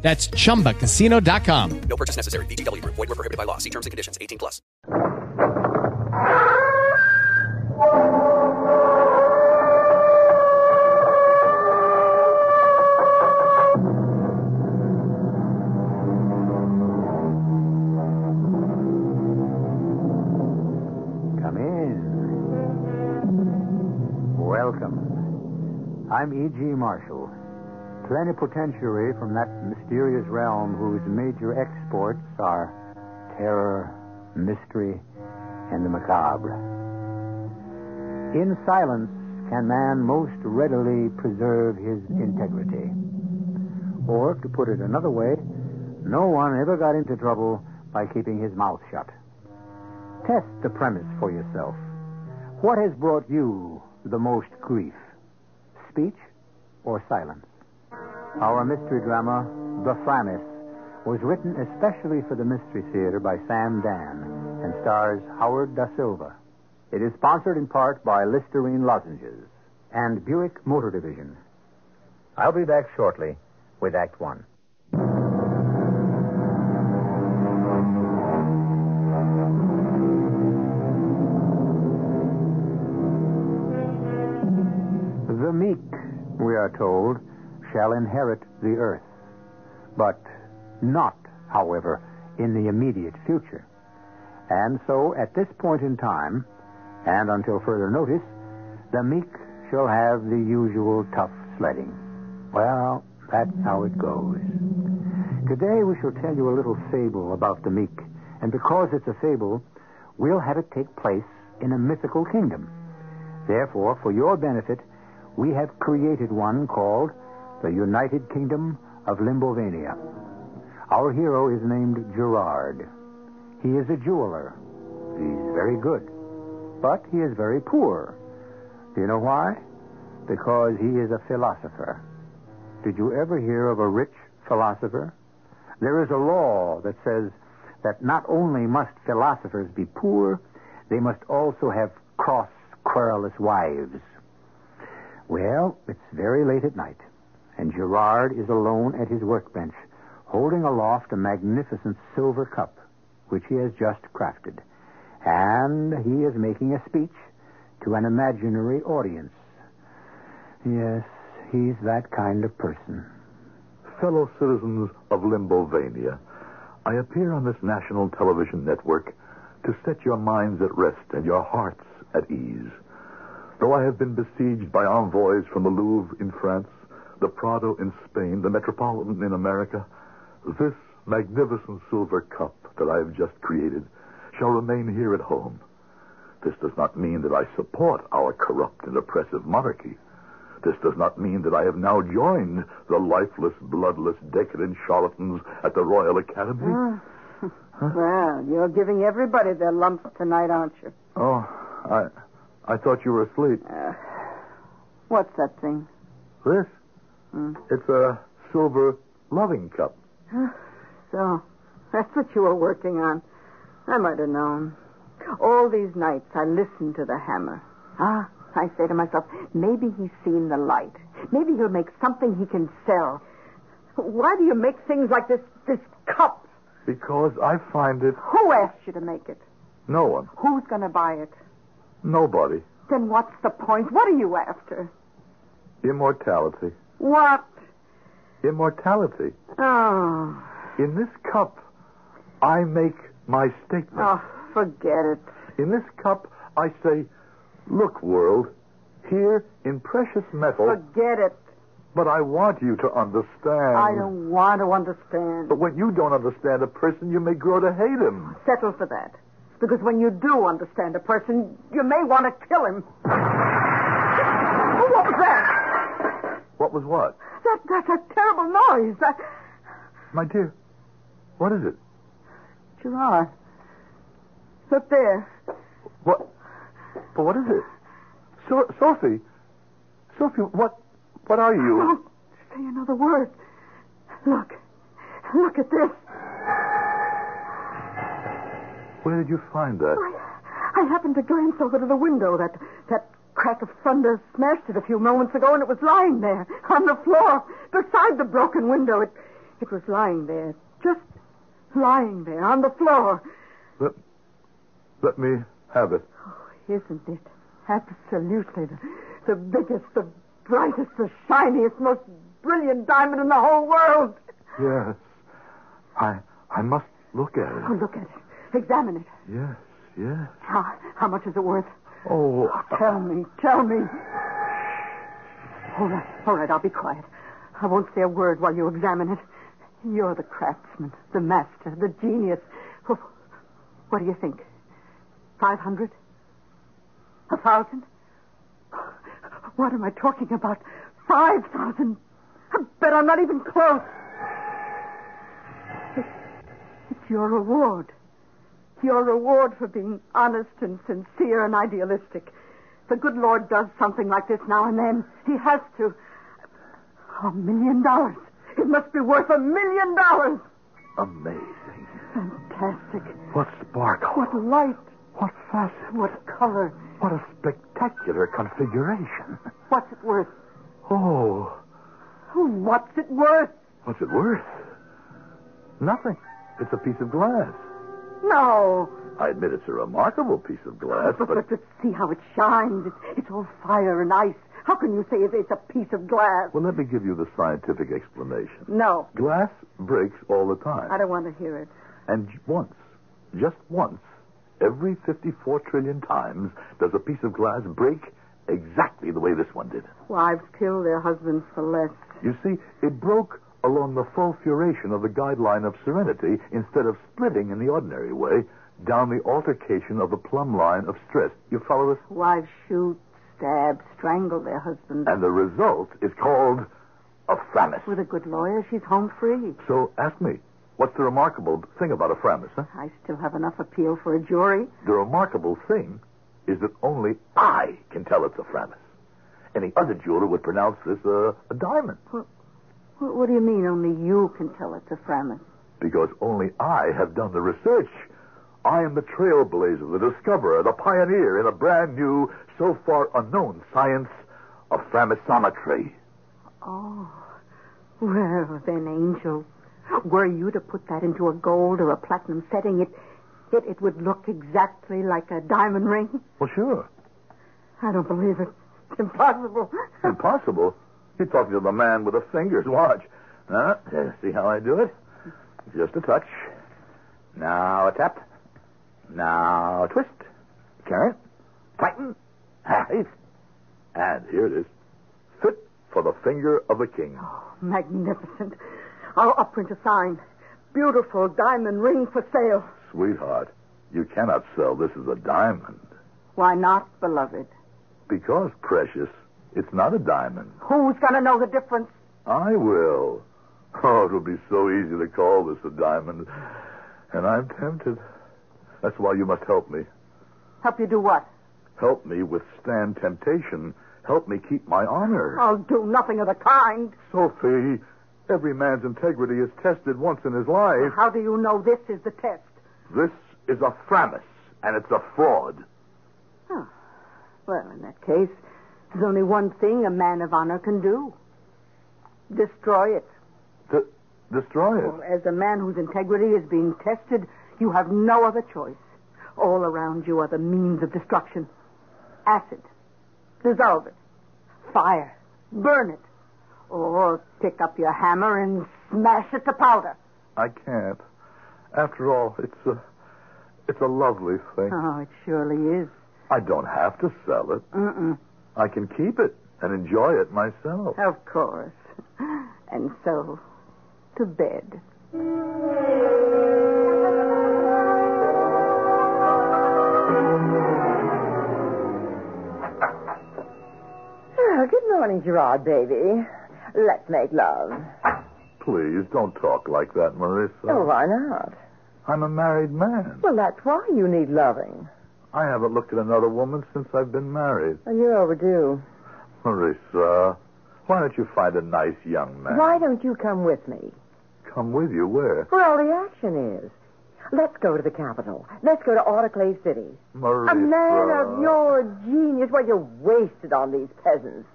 That's chumbacasino.com. No purchase necessary. BGW. Void were prohibited by law. See terms and conditions. 18 plus. Come in. Welcome. I'm E.G. Marshall, plenipotentiary from that mysterious realm whose major exports are terror, mystery, and the macabre. In silence can man most readily preserve his integrity. Or, to put it another way, no one ever got into trouble by keeping his mouth shut. Test the premise for yourself. What has brought you the most grief? Speech or silence? Our mystery drama, The Framis, was written especially for the Mystery Theater by Sam Dan and stars Howard Da Silva. It is sponsored in part by Listerine Lozenges and Buick Motor Division. I'll be back shortly with Act One. The meek, we are told, shall inherit the earth, but not, however, in the immediate future. And so, at this point in time, and until further notice, the meek shall have the usual tough sledding. Well, that's how it goes. Today we shall tell you a little fable about the meek, and because it's a fable, we'll have it take place in a mythical kingdom. Therefore, for your benefit, we have created one called the United Kingdom of Limbovania. Our hero is named Gerard. He is a jeweler. He's very good, but he is very poor. Do you know why? Because he is a philosopher. Did you ever hear of a rich philosopher? There is a law that says that not only must philosophers be poor, they must also have cross, querulous wives. Well, it's very late at night, and Gerard is alone at his workbench, holding aloft a magnificent silver cup, which he has just crafted. And he is making a speech to an imaginary audience. Yes, he's that kind of person. fellow citizens of Limbovania, I appear on this national television network to set your minds at rest and your hearts at ease. Though I have been besieged by envoys from the Louvre in France, the Prado in Spain, the Metropolitan in America, this magnificent silver cup that I have just created shall remain here at home. This does not mean that I support our corrupt and oppressive monarchy. This does not mean that I have now joined the lifeless, bloodless, decadent charlatans at the Royal Academy. Well, you're giving everybody their lumps tonight, aren't you? Oh, I, I thought you were asleep. What's that thing? This? It's a silver loving cup. So, that's what you were working on. I might have known. All these nights I listened to the hammer. Ah, I say to myself, maybe he's seen the light. Maybe he'll make something he can sell. Why do you make things like this, this cup? Because I find it. Who asked you to make it? No one. Who's going to buy it? Nobody. Then what's the point? What are you after? Immortality. What? Immortality. Oh, In this cup, I make my statement. oh forget it. In this cup, I say, look, world, here in precious metal. Forget it. But I want you to understand. I don't want to understand. But when you don't understand a person, you may grow to hate him. Settle for that. Because when you do understand a person, you may want to kill him. Oh, what was that? What was what? That, that, that terrible noise. That... My dear, what is it? Gerard, Look there. What? But what is it? So- Sophie, Sophie, what? What are you? Don't say another word. Look. Look at this. Where did you find that? I happened to glance over to the window. That that crack of thunder smashed it a few moments ago, and it was lying there on the floor beside the broken window. It it was lying there, just lying there on the floor. Let, let me have it. Isn't it absolutely the, the biggest, the brightest, the shiniest, most brilliant diamond in the whole world? Yes. I I must look at Oh, it. look at it. Examine it. Yes, yes. How, how much is it worth? Oh, Tell me, tell me. All right, all right, I'll be quiet. I won't say a word while you examine it. You're the craftsman, the master, the genius. Oh, What do you think? Five hundred? A thousand? What am I talking about? Five thousand? I bet I'm not even close. It's- It's your reward. Your reward for being honest and sincere and idealistic. The good Lord does something like this now and then. He has to. A million dollars. It must be worth a million dollars. amazing. Fantastic. What sparkle. What light. What facet. What color. What a spectacular configuration. What's it worth? Oh, Oh, what's it worth? what's it worth? Nothing. It's a piece of glass. No. I admit it's a remarkable piece of glass, But, but but, but see how it shines. It's, it's all fire and ice. How can you say it's, it's a piece of glass? well, let me give you the scientific explanation. No. Glass breaks all the time. I don't want to hear it. And j- once, just once, every 54 trillion times, does a piece of glass break exactly the way this one did. Wives kill their husbands for less. You see, it broke along the fulfuration of the guideline of serenity instead of splitting in the ordinary way down the altercation of the plumb line of stress. You follow us? Wives shoot, stab, strangle their husbands. And the result is called a framus. With a good lawyer, she's home free. So ask me, what's the remarkable thing about a framus, huh? I still have enough appeal for a jury. The remarkable thing is that only I can tell it's a framus. Any other jeweler would pronounce this a, a diamond Wh- What do you mean only you can tell it's a Framus? because only I have done the research. I am the trailblazer, the discoverer, the pioneer in a brand new, so far unknown science of framisometry. Oh. Well, then, Angel, were you to put that into a gold or a platinum setting, it, it, it would look exactly like a diamond ring. Well, sure. I don't believe it. It's impossible. Impossible. You're talking to the man with a finger's watch. Huh? Yeah, See how I do it? Just a touch. Now a tap. Now a twist. Carry it. Tighten. Half. And here it is. Fit for the finger of the king. Magnificent. I'll upprint a sign. Beautiful diamond ring for sale. Sweetheart, you cannot sell this as a diamond. Why not, beloved? Because, precious, it's not a diamond. Who's going to know the difference? I will. Oh, it'll be so easy to call this a diamond. And I'm tempted. That's why you must help me. Help you do what? Help me withstand temptation. Help me keep my honor. I'll do nothing of the kind. Sophie, every man's integrity is tested once in his life. How do you know this is the test? This is a framus, and it's a fraud. Well, in that case, there's only one thing a man of honor can do destroy it. D- destroy it. Well, as a man whose integrity is being tested, you have no other choice. All around you are the means of destruction acid. Dissolve it. Fire. Burn it. Or pick up your hammer and smash it to powder. I can't. After all, it's a, it's a lovely thing. Oh, it surely is. I don't have to sell it. Mm-mm. I can keep it and enjoy it myself. Of course. And so, to bed. Oh, good morning, Gerard, baby. Let's make love. Oh. Please don't talk like that, Marissa. Oh, why not? I'm a married man. Well, that's why you need loving. I haven't looked at another woman since I've been married. Well, you're overdue. Marissa, why don't you find a nice young man? Why don't you come with me? Come with you. Where? Where all the action is. Let's go to the capital. Let's go to Autoclave City. Marissa. A man of your genius. Well, you're wasted on these peasants.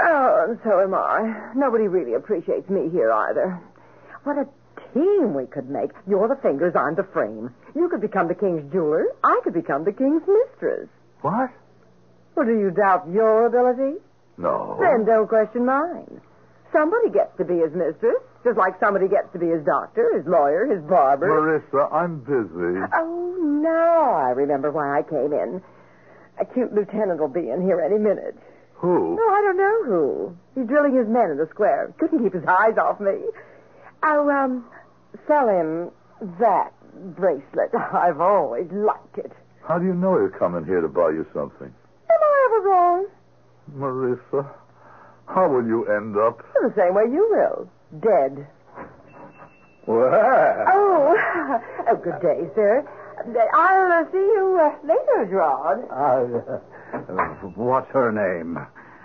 Oh, and so am I. Nobody really appreciates me here either. What a team we could make. You're the fingers, I'm the frame. You could become the king's jeweler. I could become the king's mistress. What? Well, do you doubt your ability? No. Then don't question mine. Somebody gets to be his mistress, just like somebody gets to be his doctor, his lawyer, his barber. Marissa, I'm busy. Oh, now I remember why I came in. A cute lieutenant will be in here any minute. Who? No, I don't know who. He's drilling his men in the square. Couldn't keep his eyes off me. I'll, um, sell him that bracelet. I've always liked it. How do you know he'll come in here to buy you something? Am I ever wrong? Marissa, how will you end up? The same way you will. Dead. Well, Oh, oh good day, sir. I'll uh, see you uh, later, Gerard. what's her name?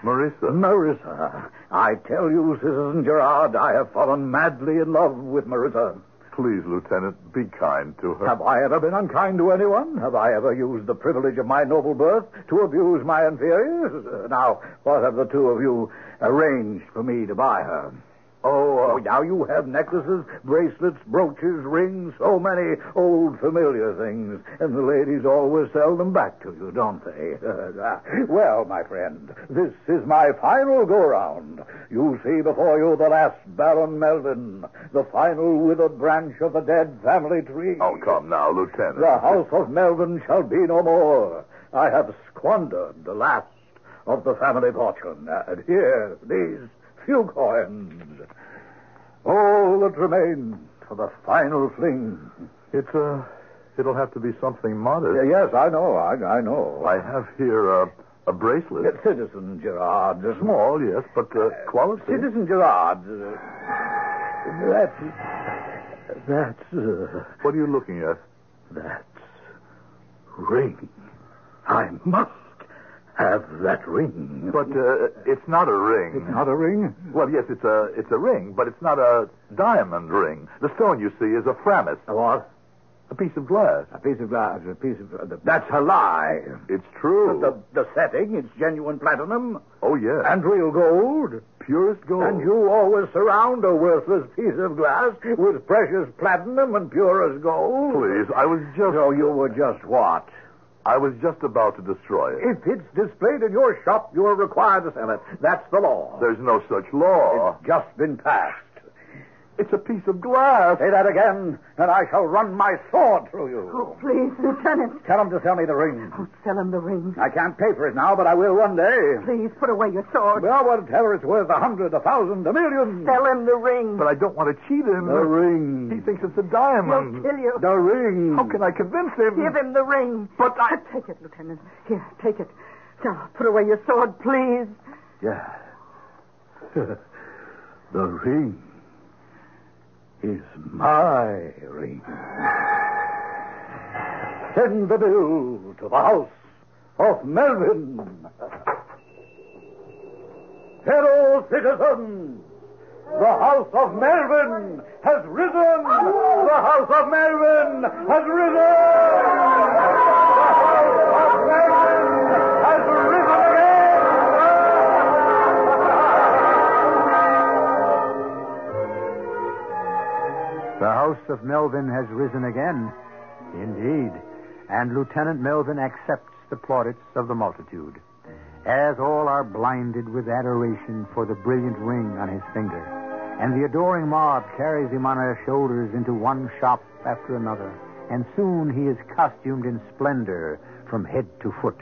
Marissa. Marissa. I tell you, Citizen Gerard, I have fallen madly in love with Marissa. Please, Lieutenant, be kind to her. Have I ever been unkind to anyone? Have I ever used the privilege of my noble birth to abuse my inferiors? Uh, Now, what have the two of you arranged for me to buy her? Oh, uh, now you have necklaces, bracelets, brooches, rings, so many old familiar things, and the ladies always sell them back to you, don't they? well, my friend, this is my final go-round. You see before you the last Baron Melvin, the final withered branch of the dead family tree. Oh, come now, Lieutenant. The house of Melvin shall be no more. I have squandered the last of the family fortune. And here, these few coins. All that remains for the final fling. It's, uh, it'll have to be something Uh, modest. yes, I know, I, I know. I have here, uh, a bracelet. Uh, Citizen Gerard. uh, Small, yes, but, uh, quality. Citizen Gerard. uh, That's. That's. Uh, What are you looking at? That ring. I must have that ring. But, uh, it's not a ring. It's not a ring? Well, yes, it's a it's a ring, but it's not a diamond ring. The stone you see is a framis, A what? a piece of glass. A piece of glass, a piece of. That's a lie. It's true. The, the setting, it's genuine platinum oh yes, and real gold. purest gold. And you always surround a worthless piece of glass with precious platinum and purest gold. please, I was just So you were just what? I was just about to destroy it. If it's displayed in your shop, you are required to sell it. That's the law. There's no such law. It's just been passed. It's a piece of glass. Say that again, and I shall run my sword through you. Oh, please, Lieutenant. Tell him to sell me the ring. Oh, Don't sell him the ring. I can't pay for it now, but I will one day. Please, put away your sword. Well, I want to tell her it's worth a hundred, a thousand, a million. Sell him the ring. But I don't want to cheat him. The ring. He thinks it's a He'll diamond. kill you. The ring. How can I convince him? Give him the ring. But I... Take it, Lieutenant. Here, take it. Now, put away your sword, please. Yeah. the ring is my ring. Send the bill to the house of Melvin. Fellow citizens, the house of Melvin has risen. The house of Melvin has risen. The house of Melvin has risen again. The house of Melvin has risen again. Indeed. And Lieutenant Melvin accepts the plaudits of the multitude, as all are blinded with adoration for the brilliant ring on his finger. And the adoring mob carries him on their shoulders into one shop after another, and soon he is costumed in splendor from head to foot,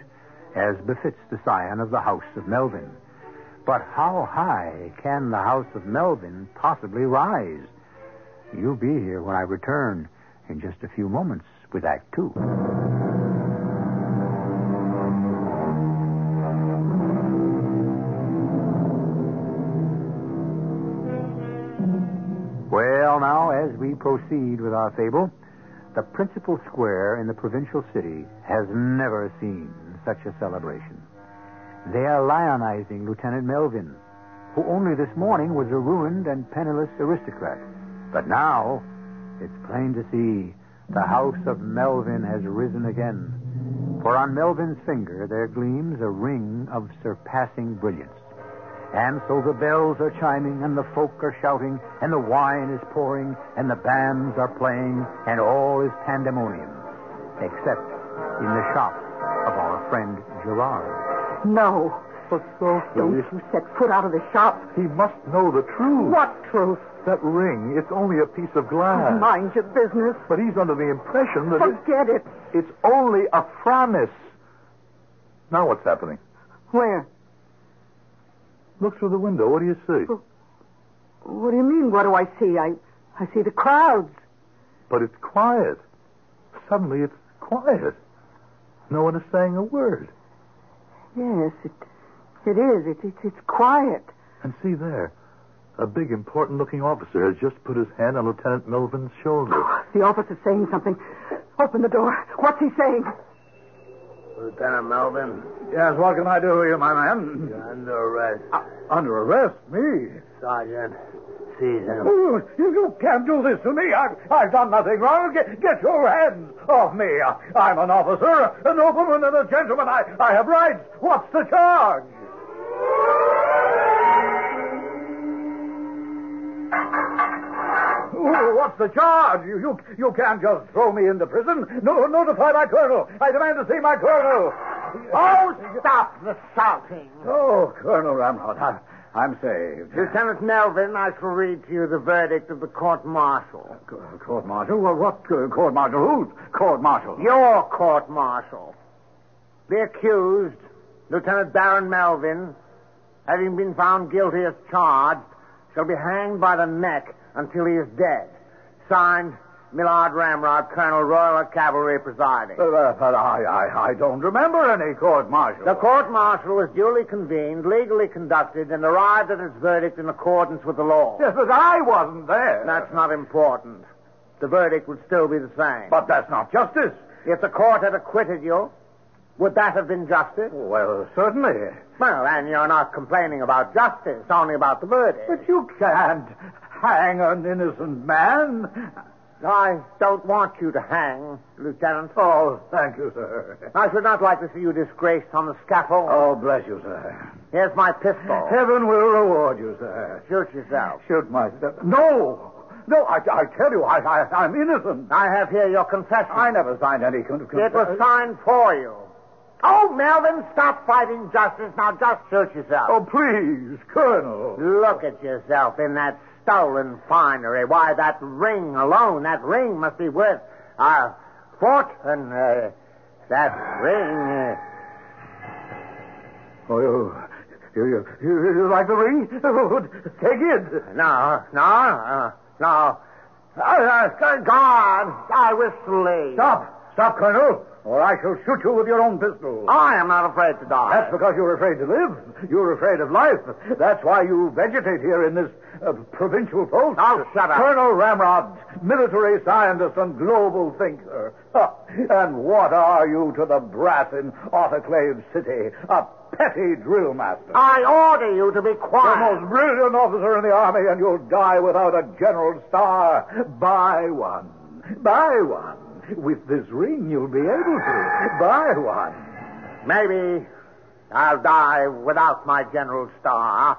as befits the scion of the House of Melvin. But how high can the House of Melvin possibly rise? You'll be here when I return in just a few moments with Act Two. Well, now, as we proceed with our fable, The principal square in the provincial city has never seen such a celebration. They are lionizing Lieutenant Melvin, who only this morning was a ruined and penniless aristocrat. But now, it's plain to see the house of Melvin has risen again. For on Melvin's finger there gleams a ring of surpassing brilliance. And so the bells are chiming, and the folk are shouting, and the wine is pouring, and the bands are playing, and all is pandemonium, except in the shop of our friend Gerard. No. But so Don't you set foot out of the shop. he must know the truth. What truth? That ring, it's only a piece of Ah. glass. Mind your business. But he's under the impression that it- Forget it. it's only a promise. Now what's happening? Where? Look through the window. What do you see? What do you mean? What do I see? I, I see the crowds. But it's quiet. Suddenly it's quiet. No one is saying a word. Yes, it, it is. It, it, it's quiet. And see there. A big, important looking officer has just put his hand on Lieutenant Melvin's shoulder. The officer's saying something. Open the door. What's he saying? Lieutenant Melvin, Yes, what can I do for you, my man? you're under arrest. Uh, Under arrest, me? Sergeant, seize him. Oh, you, you can't do this to me. I've, I've done nothing wrong. Get, get your hands off me. I, am an officer, an nobleman, and a gentleman. I, I have rights. What's the charge? Oh, what's the charge? You, you, you can't just throw me into prison. No, notify my colonel. I demand to see my colonel. Oh, stop the shouting. Oh, Colonel Ramrod, I, I'm saved. Lieutenant Melvin, I shall read to you the verdict of the court martial. Court martial? Well, what uh, court martial? Who's court martial? Your court martial. The accused, Lieutenant Baron Melvin, having been found guilty as charged, shall be hanged by the neck until he is dead. Signed, Millard Ramrod, Colonel Royal Cavalry presiding. But, uh, but I, I, I don't remember any court martial. The court martial was duly convened, legally conducted, and arrived at its verdict in accordance with the law. Yes, but I wasn't there. That's not important. The verdict would still be the same. But that's not justice. if the court had acquitted you, would that have been justice? Well, certainly. Well, and you're not complaining about justice, only about the verdict. But you can't hang an innocent man. I don't want you to hang, Lieutenant. Oh, thank you, sir. I should not like to see you disgraced on the scaffold. Oh, bless you, sir. Here's my pistol. Heaven will reward you, sir. Shoot yourself. Shoot myself. No! No, I, I tell you, I, I, I'm innocent. I have here your confession. I never signed any con- It was confession. signed for you. Oh, Melvin, stop fighting justice. Now just shoot yourself. Oh, please, Colonel. Look at yourself in that stolen finery. Why, that ring alone, that ring must be worth uh, a fortune. Uh, that ring. Uh, Oh, you, you, you, you, you like the ring? Oh, Take it. no, no, uh, no. Uh, uh, good God, I wish to leave. Stop. Stop, Colonel, or I shall shoot you with your own pistol. I am not afraid to die. That's because you're afraid to live. You're afraid of life. That's why you vegetate here in this uh, provincial post. Now shut up. Colonel Ramrod, military scientist and global thinker. Ha. and what are you to the brass in Autoclave City? A petty drill master. I order you to be the quiet. most brilliant officer in the army, and you'll die without a general star. Buy one. Buy one. With this ring, you'll be able to. Buy one. Maybe I'll die without my general star,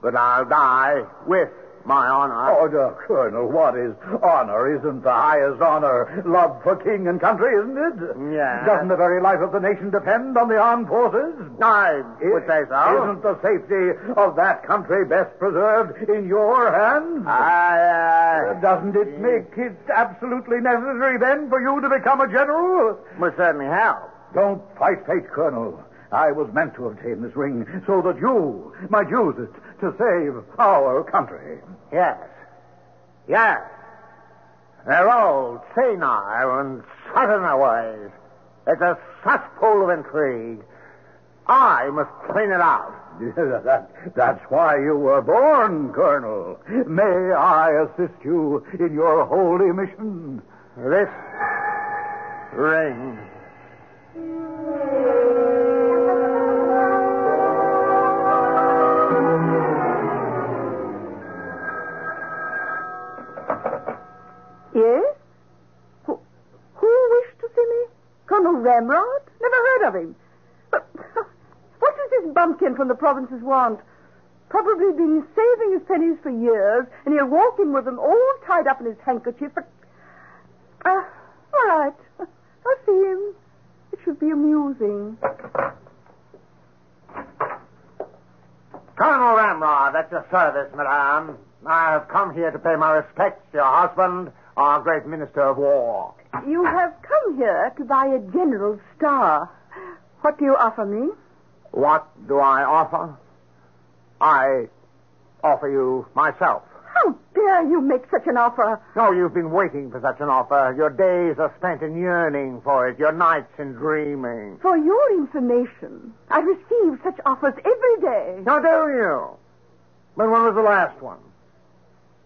but I'll die with my honor. Oh, no, Colonel, what is honor? Isn't the highest honor love for king and country, isn't it? Yeah. Doesn't the very life of the nation depend on the armed forces? I would say so. Isn't the safety of that country best preserved in your hands? I, uh, Doesn't it make it absolutely necessary then for you to become a general? would certainly help. Don't fight fate, Colonel. I was meant to obtain this ring so that you might use it to save our country. Yes. Yes. They're old, senile, and set in their ways. It's a cesspool of intrigue. I must clean it out. that, that's why you were born, Colonel. May I assist you in your holy mission? This ring. Yes? Who, who wished to see me? Colonel Ramrod? Never heard of him. But what does this bumpkin from the provinces want? Probably been saving his pennies for years, and he'll walk in with them all tied up in his handkerchief. But uh, all right, I'll see him. It should be amusing. Colonel Ramrod, at your service, madame. I have come here to pay my respects to your husband, our great minister of war. You have come here to buy a general's star. What do you offer me? What do I offer? I offer you myself. How dare you make such an offer? No, you've been waiting for such an offer. Your days are spent in yearning for it, your nights in dreaming. For your information, I receive such offers every day. Now, do you? But when was the last one?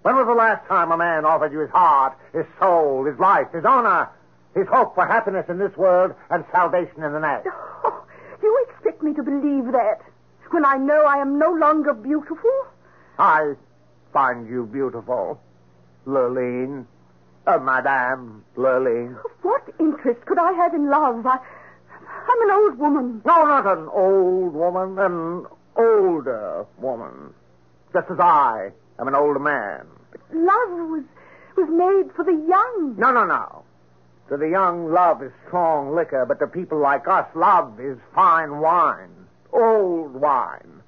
When was the last time a man offered you his heart, his soul, his life, his honor, his hope for happiness in this world and salvation in the next? Oh, you expect me to believe that when I know I am no longer beautiful? I find you beautiful, Lurline. Oh, Madame Lurline. What interest could I have in love? I, I'm an old woman. No, not an old woman, an older woman. Just as I am an older man. Love was was made for the young. No, no, no. To the young, love is strong liquor, but to people like us, love is fine wine, old wine.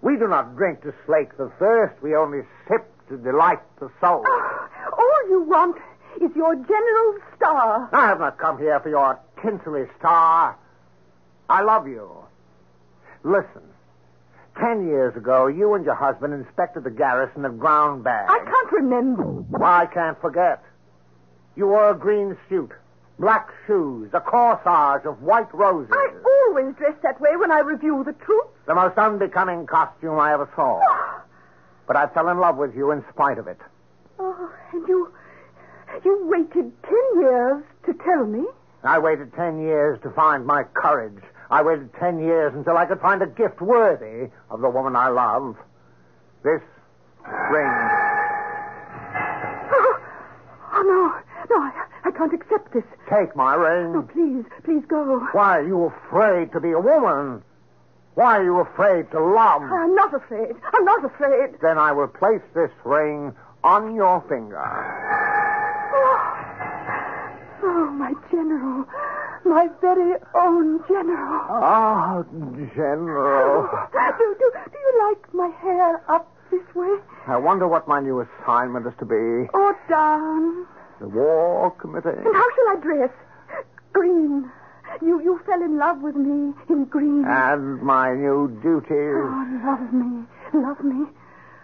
We do not drink to slake the thirst, we only sip to delight the soul. Ah! All you want is your general star. I have not come here for your tinselly star. I love you. Listen. Ten years ago, you and your husband inspected the garrison at Ground Bag. I can't remember. I can't forget. You wore a green suit, black shoes, a corsage of white roses. I always dress that way when I review the troops. The most unbecoming costume I ever saw. But I fell in love with you in spite of it. Oh, and you you waited ten years to tell me. I waited ten years to find my courage. I waited ten years until I could find a gift worthy of the woman I love. This ring. Oh, oh, no, no, I, I can't accept this. Take my No, ring. please, please go. Why are you afraid to be a woman? Why are you afraid to love? I'm not afraid. I'm not afraid. Then I will place this ring on your finger. Oh, my general. My very own general. Ah, General. Oh. Do, do, do you like my hair up this way I wonder what my new assignment is to be. or down? The War Committee. And how shall I dress? Green. You, you fell in love with me in green. And my new duties. Oh, love me. Love me.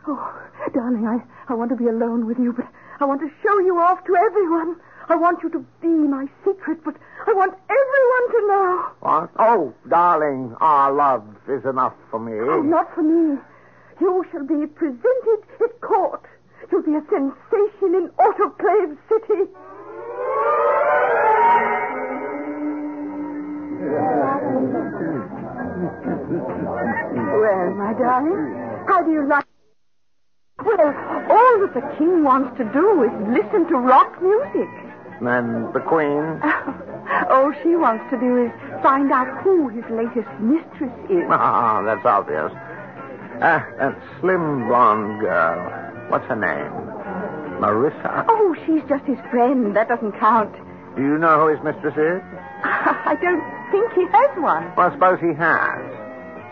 Oh, darling, I, I want to be alone with you, but I want to show you off to everyone. I want you to be my secret, but I want everyone to know. What? Oh, darling, our love is enough for me. Oh, not for me. You shall be presented at court. You'll be a sensation in Autoclave City. Well, my darling, how do you like? Well, all that the king wants to do is listen to rock music. And the Queen? all she wants to do is find out who his latest mistress is. Ah, that's obvious. Ah, that slim blonde girl. What's her name? Marissa. Oh, she's just his friend. That doesn't count. Do you know who his mistress is? I don't think he has one. Well, I suppose he has.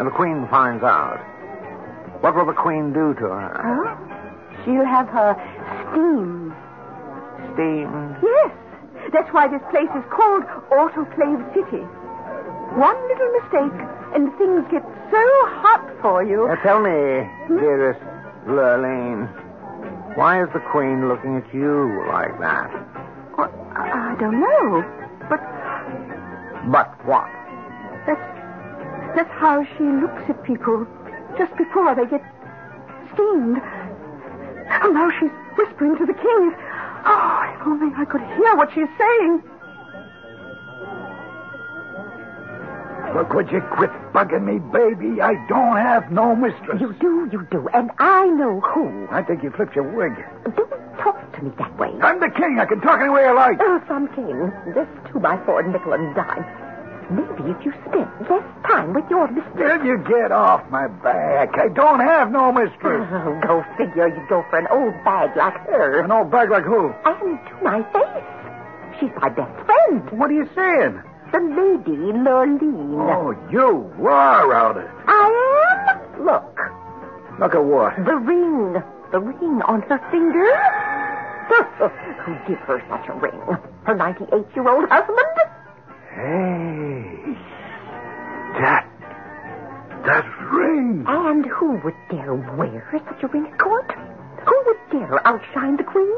And the Queen finds out. What will the Queen do to her? Huh? She'll have her steam. Steam. Yes. That's why this place is called Autoclave City. One little mistake, and things get so hot for you. Now, tell me, dearest Lurline, why is the Queen looking at you like that? Well, I I don't know. But But what? that's, that's how she looks at people just before they get steamed. Oh, now she's whispering to the king. Oh, if only I could hear what she's saying. Look, would you quit bugging me, baby? I don't have no mistress. You do, you do. And I know who. I think you flipped your wig. Don't talk to me that way. I'm the king. I can talk any way I like. Oh, some king. This two by four nickel and dime. Maybe if you spent less time with your mistress. Will you get off my back? I don't have no mistress. Oh, go figure. You go for an old bag like her. An old bag like who? And to my face. She's my best friend. What are you saying? The lady, Lurline. Oh, you were out it. I am. Look, Look at what? the ring. The ring on her finger. Who give her such a ring? Her 98 year old husband? Hey. That. That ring. And who would dare wear such a ring at court? Who would dare outshine the queen?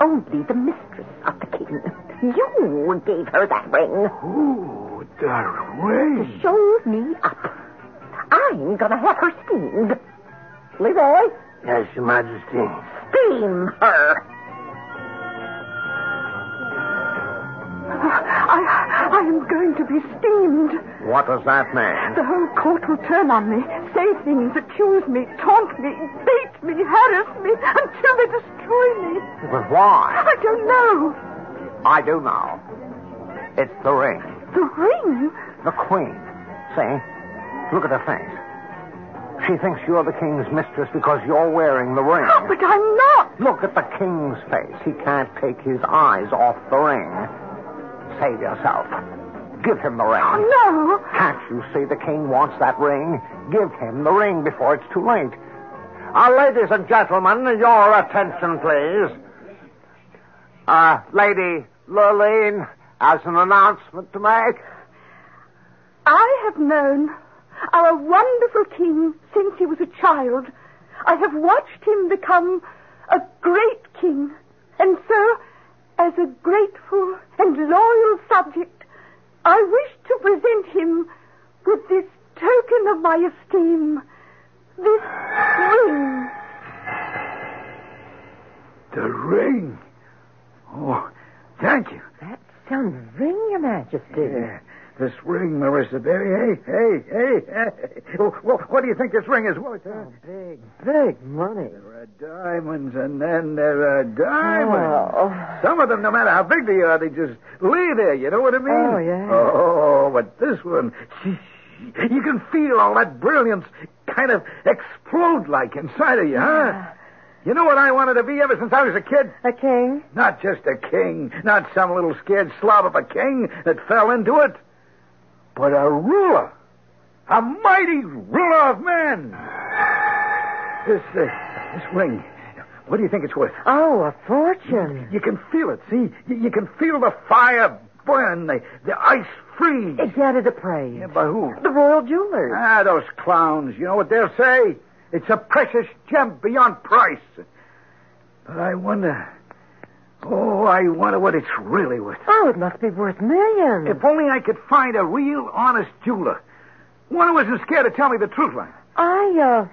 Only the mistress of the king. You gave her that ring. Ooh, the ring. Show me up. I'm gonna have her steamed. Leroy, Yes, Your Majesty. steam her. I, I am going to be steamed. What does that mean? The whole court will turn on me, say things, accuse me, taunt me, beat me, harass me, until they destroy me. But why? I don't know. I do know. It's the ring. The ring? The queen. See? Look at her face. She thinks you're the king's mistress because you're wearing the ring. Oh, but I'm not. Look at the king's face. He can't take his eyes off the ring. Save yourself. Give him the ring. No. Can't you see the king wants that ring? Give him the ring before it's too late. Our ladies and gentlemen, your attention, please. Uh, Lady Lurline has an announcement to make. I have known our wonderful king since he was a child. I have watched him become a great king. And so, as a grateful and loyal subject, I wish to present him with this token of my esteem, this ring. The ring. Oh, thank you. That some ring, Your Majesty. Yeah, this ring, Marissa, baby. Hey, hey, hey, hey. Oh, wh- what do you think this ring is worth? Huh? Oh, Big, big money. There are diamonds, and then there are diamonds. Oh. Some of them, no matter how big they are, they just lay there. You know what I mean? Oh, yeah. Oh, but this one, you can feel all that brilliance kind of explode like inside of you, huh? You know what I wanted to be ever since I was a kid? A king? Not just a king, not some little scared slob of a king that fell into it, but a ruler, a mighty ruler of men. This, uh, this ring, what do you think it's worth? Oh, a fortune. You can feel it, see? You, you can feel the fire burn, the, the ice freeze. It got it appraised. Yeah, by who? The royal jewelers. Ah, those clowns. You know what they'll say? It's a precious gem beyond price. But I wonder. Oh, I wonder what it's really worth. Oh, it must be worth millions. If only I could find a real, honest jeweler. One who isn't scared to tell me the truth, like. I, uh,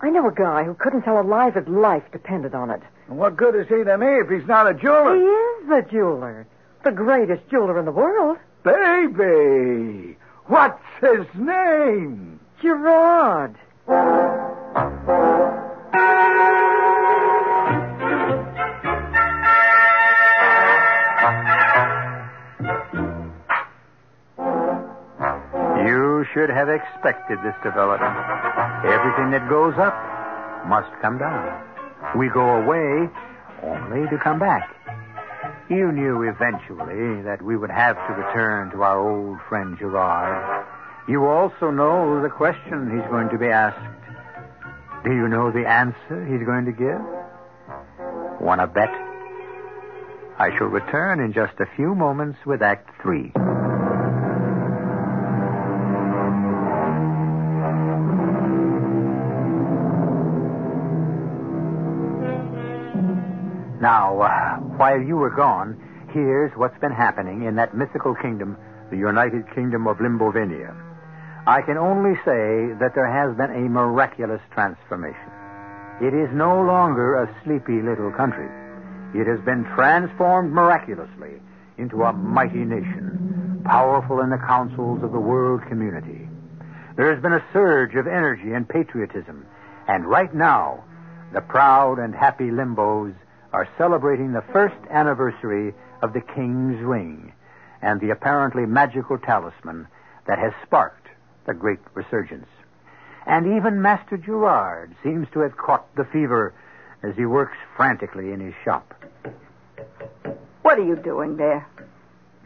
I know a guy who couldn't tell a lie if his life depended on it. And what good is he to me if he's not a He jeweler? is the jeweler. The greatest jeweler in the world. Baby! What's his name? Gerard. You should have expected this development. Everything that goes up must come down. We go away only to come back. You knew eventually that we would have to return to our old friend Gerard. You also know the question he's going to be asked. Do you know the answer he's going to give? Want to bet? I shall return in just a few moments with Act Three. Now, uh, while you were gone, here's what's been happening in that mythical kingdom, the United Kingdom of Limbovania. I can only say that there has been a miraculous transformation. It is no longer a sleepy little country. It has been transformed miraculously into a mighty nation, powerful in the councils of the world community. There has been a surge of energy and patriotism, and right now, the proud and happy Limbos are celebrating the first anniversary of the King's Ring and the apparently magical talisman that has sparked the great resurgence. And even Master Gerard seems to have caught the fever as he works frantically in his shop. What are you doing there?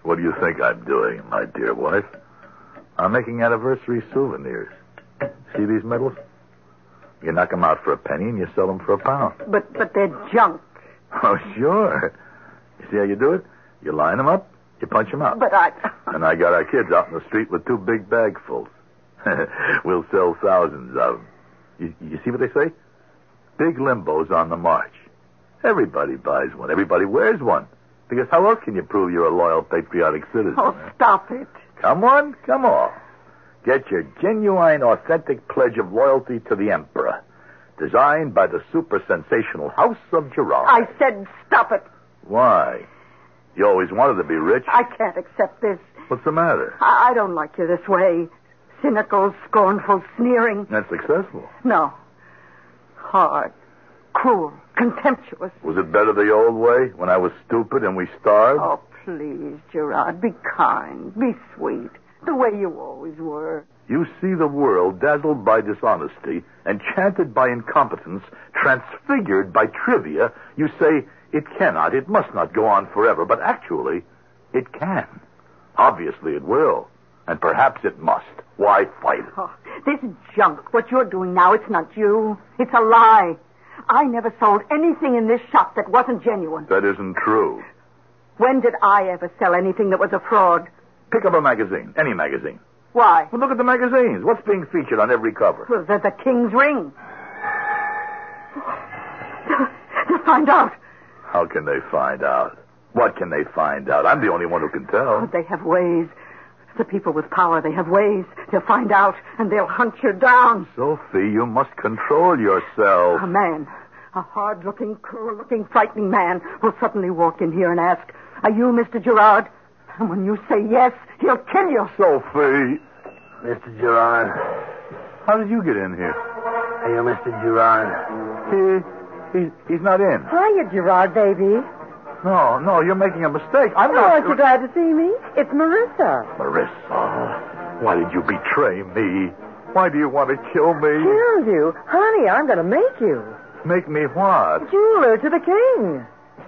What do you think I'm doing, my dear wife? I'm making anniversary souvenirs. See these medals? You knock 'em out for a penny and you sell 'em for a pound. But but they're junk. Oh, sure. You see how you do it? You line 'em up, you punch 'em out. But I And I got our kids out in the street with two big bagfuls. we'll sell thousands of 'em. You, you see what they say? Big limbos on the march. Everybody buys one. Everybody wears one. Because how else can you prove you're a loyal, patriotic citizen? eh? Oh, stop it. Come on, come on. Get your genuine, authentic pledge of loyalty to the Emperor. Designed by the super sensational House of Gerard. I said stop it. Why? You always wanted to be rich. I can't accept this. What's the matter? I, I don't like you this way. Cynical, scornful, sneering. That's successful. No. Hard, cruel, contemptuous. Was it better the old way when I was stupid and we starved? Oh, please, Gerard, be kind, be sweet, the way you always were. You see the world dazzled by dishonesty, enchanted by incompetence, transfigured by trivia. You say, it cannot, it must not go on forever, but actually, it can. Obviously, it will. And perhaps it must. Why fight it? Oh, this junk, what you're doing now, it's not you. It's a lie. I never sold anything in this shop that wasn't genuine. That isn't true. When did I ever sell anything that was a fraud? Pick up a magazine, any magazine. Why? Well, look at the magazines. What's being featured on every cover? Well, the, the king's ring. They'll find out. How can they find out? What can they find out? I'm the only one who can Oh, tell. they have ways. The people with power, they have ways. They'll find out, and they'll hunt you down. Sophie, you must control yourself. Um, A man, a hard-looking, cruel-looking, frightening man, will suddenly walk in here and ask, "Are you Mr. Gerard?" And when you say yes, he'll kill you. Sophie, Mr. Gerard. how did you get in here? Are you Mr. Gerard? He, he's, he's not in. Hiya, Gerard, baby. No, no, you're making a mistake. I'm Oh, not. aren't you glad to see me? It's Marissa. Marissa, why did you betray me? Why do you want to kill me? Kill you. Honey, I'm going to make you. Make me what? Jeweler to the king.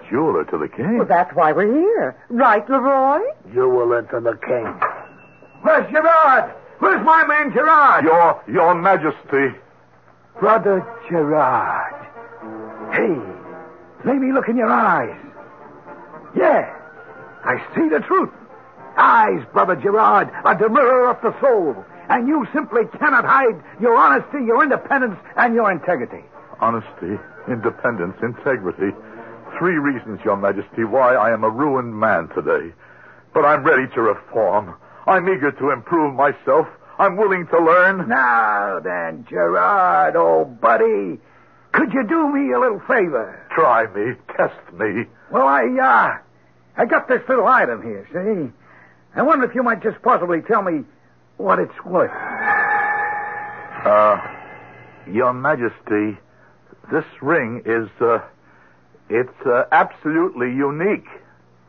Jeweler to the king. Well, that's why we're here. Right, Leroy? Jeweler to the king. Where's Gerard? Where's my man Gerard? Your, your Majesty. Brother Gerard. Hey, let me look in your eyes. Yeah, I see the truth. Eyes, Brother Gerard, are the mirror of the soul, and you simply cannot hide your honesty, your independence, and your integrity. Honesty, independence, integrity. Three reasons, Your Majesty, why I am a ruined man today. But I'm ready to reform. I'm eager to improve myself. I'm willing to learn. Now then, Gerard, old buddy, could you do me a little favor? Try me. Test me. Well, I, uh, I got this little item here, see? I wonder if you might just possibly tell me what it's worth. Uh, Your Majesty, this ring is, uh, it's uh, absolutely unique.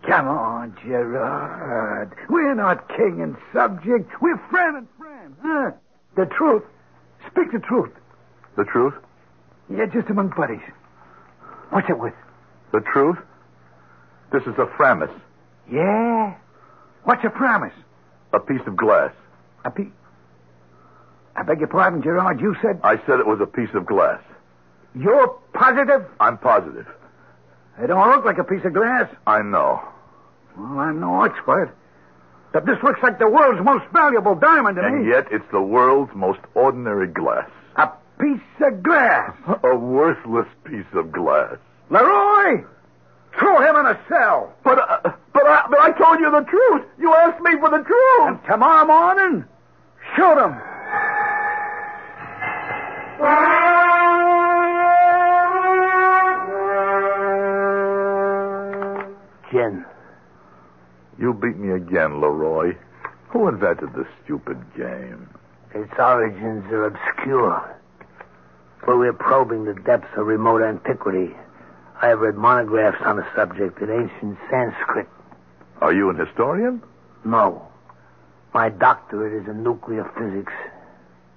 Come on, Gerard. We're not king and subject. We're friend and friend, huh? The truth. Speak the truth. The truth? Yeah, just among buddies. What's it worth? The truth? This is a framus, Yeah. What's your promise? a piece of glass. A pe- I beg your pardon, Gerard. You said I said it was a piece of glass. you're positive? I'm positive. It don't look like a piece of glass. I know. Well, I'm no expert. But this looks like the world's most valuable diamond to And me. yet, it's the world's most ordinary glass. A piece of glass. A worthless piece of glass. Leroy! Throw him in a cell. But, uh, but, I, but I told you the truth. You asked me for the truth. And tomorrow morning, shoot him. gin. You beat me again, Leroy. Who invented this stupid game? Its origins are obscure. But we're probing the depths of remote antiquity. I have read monographs on the subject in ancient Sanskrit. Are you an historian? No. My doctorate is in nuclear physics.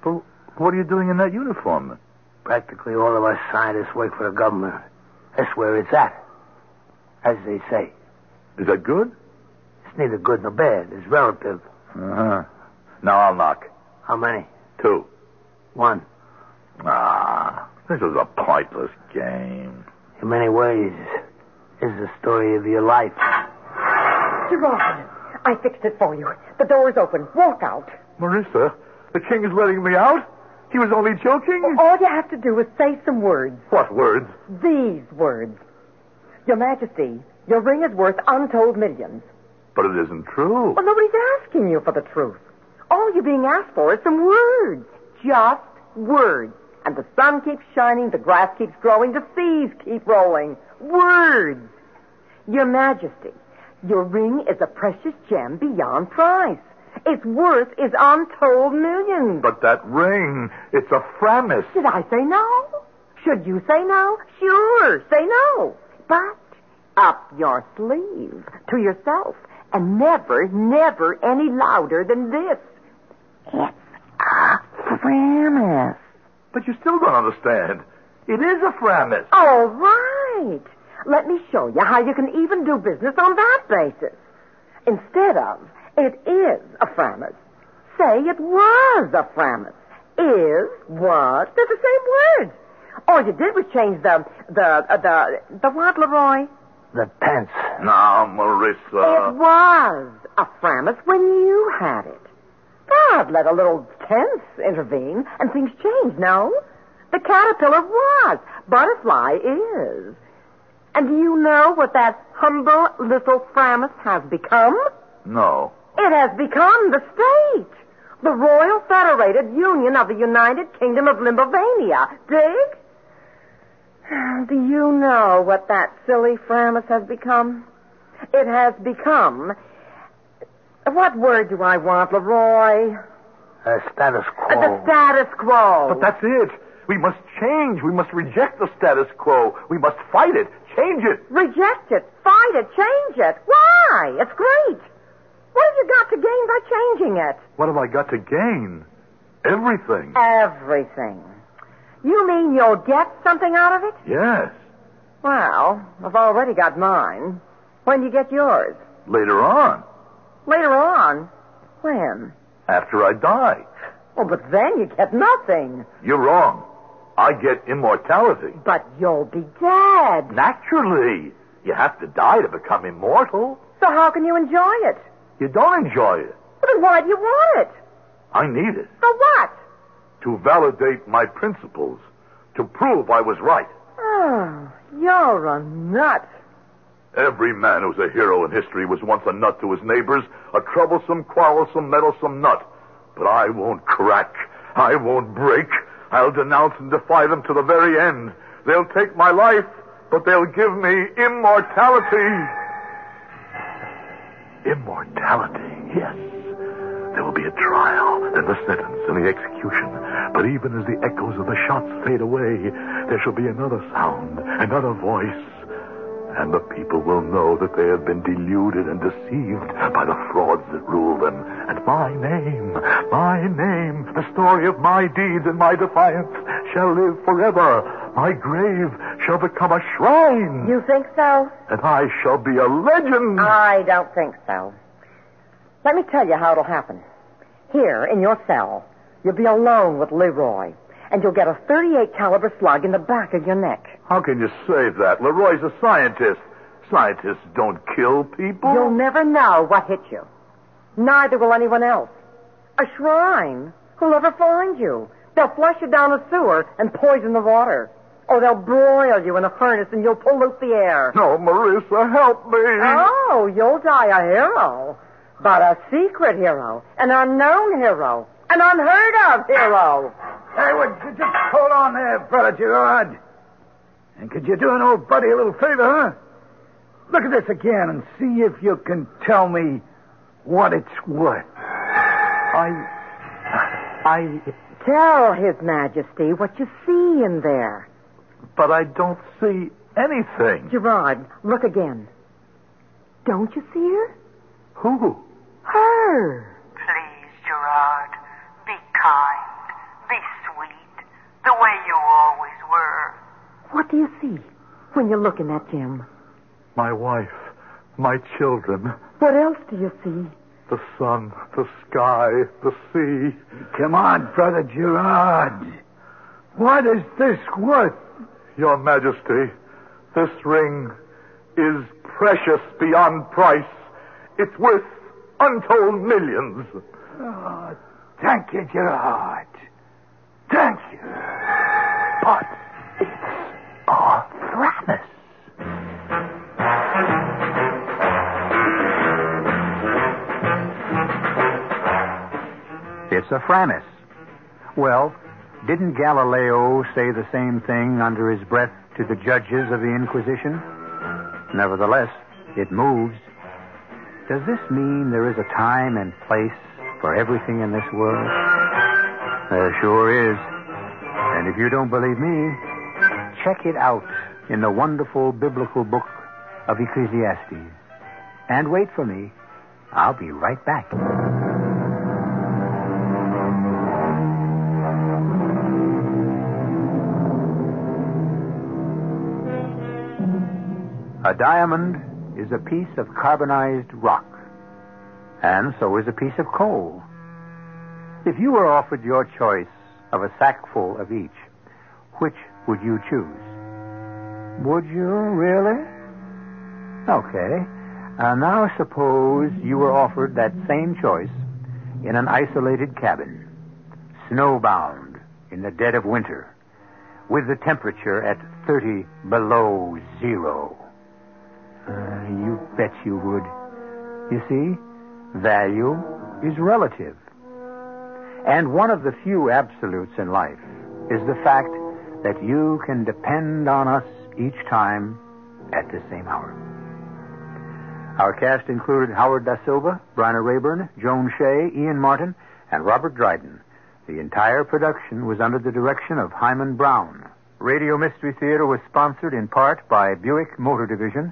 Well, what are you doing in that uniform? Practically all of us scientists work for the government. That's where it's at. As they say, Is that good? it's neither good nor bad. It's relative. Uh-huh. Now I'll knock. How many? Two. One. Ah, this is a pointless game. In many ways, is the story of your life. Gerard, I fixed it for you. The door is open. Walk out. Marissa, the king is letting me out? He was only joking? All you have to do is say some words. What words? These words. Your Majesty, your ring is worth untold millions. But it isn't true. Well, nobody's asking you for the truth. All you're being asked for is some words. Just words. And the sun keeps shining, the grass keeps growing, the seas keep rolling. Words. Your Majesty, your ring is a precious gem beyond price. Its worth is untold millions. But that ring, it's a framis. Did I say no? Should you say no? Sure, say no. But up your sleeve to yourself and never, never any louder than this. It's a promise. But you still don't understand. It is a framis. All right. Let me show you how you can even do business on that basis. Instead of, it is a framus. Say it was a framus. Is, was, they're the same word. All you did was change the, the, uh, the, the what, Leroy? The pence. Now, it Marissa. was a framus when you had it. God, let a little tense intervene and things change, no? The caterpillar was. Butterfly is. And do you know what that humble little framus has become? No. It has become the state. The Royal Federated Union of the United Kingdom of Limbovania. Dig? Do you know what that silly framus has become? It has become. What word do I want, Leroy? Uh, status quo. The status quo. But that's it. We must change. We must reject the status quo. We must fight it. Change it. Reject it, fight it, change it. Why? It's great. What have you got to gain by changing it? What have I got to gain? Everything. Everything. You mean you'll get something out of it? Yes. Well, I've already got mine. When do you get yours? Later on. Later on. When? After I die. Oh, but then you get nothing. You're wrong. I get immortality. But you'll be dead. Naturally. You have to die to become immortal. So how can you enjoy it? You don't enjoy it. Well, then why do you want it? I need it For what? to validate my principles, to prove I was right. Oh, you're a nut. Every man who's a hero in history was once a nut to his neighbors, a troublesome, quarrelsome, meddlesome nut. But I won't crack. I won't break. I'll denounce and defy them to the very end. They'll take my life, but they'll give me immortality. Immortality, yes. There will be a trial, then the sentence, and the execution. But even as the echoes of the shots fade away, there shall be another sound, another voice. And the people will know that they have been deluded and deceived by the frauds that rule them. And my name, my name, the story of my deeds and my defiance shall live forever. My grave shall become a shrine, You think so? Uh. and I shall be a legend. I don't think so. Let me tell you how it'll happen. Here, in your cell, you'll be alone with Leroy, and you'll get a 38 caliber slug in the back of your neck. How can you say that? Leroy's a scientist. Scientists don't kill people. You'll never know what hit you. Neither will anyone else. A shrine. Who'll ever find you? They'll flush you down a sewer and poison the water. Or they'll broil you in a furnace and you'll pollute the air. No, Marissa, help me. Oh, you'll die a hero. But a secret hero. An unknown hero. An unheard of hero. Hey, would you just hold on there, brother Gerard? And could you do an old buddy a little favor, huh? Look at this again and see if you can tell me what it's worth. I. I. Tell His Majesty what you see in there. But I don't see anything. Gerard, look again. Don't you see her? Who? Her. Please, Gerard, be kind, be sweet, the way you always were. What do you see when you look in that gem? My wife. My children. What else do you see? The sun. The sky. The sea. Come on, Brother Gerard. What is this worth? Your Majesty, this ring is precious beyond price. It's worth untold millions. Oh, thank you, Gerard. Thank you. But it's our promise. It's a Framis. Well, didn't Galileo say the same thing under his breath to the judges of the Inquisition? Nevertheless, it moves. Does this mean there is a time and place for everything in this world? There sure is. And if you don't believe me, check it out in the wonderful biblical book of Ecclesiastes. And wait for me. I'll be right back. A diamond is a piece of carbonized rock, and so is a piece of coal. If you were offered your choice of a sackful of each, which would you choose? Would you really? Okay. Uh, now suppose you were offered that same choice in an isolated cabin, snowbound in the dead of winter, with the temperature at 30 below zero. Uh, you bet you would. You see, value is relative. And one of the few absolutes in life is the fact that you can depend on us each time at the same hour. Our cast included Howard Da Silva, Bryna Rayburn, Joan Shea, Ian Martin, and Robert Dryden. The entire production was under the direction of Hyman Brown. Radio Mystery Theater was sponsored in part by Buick Motor Division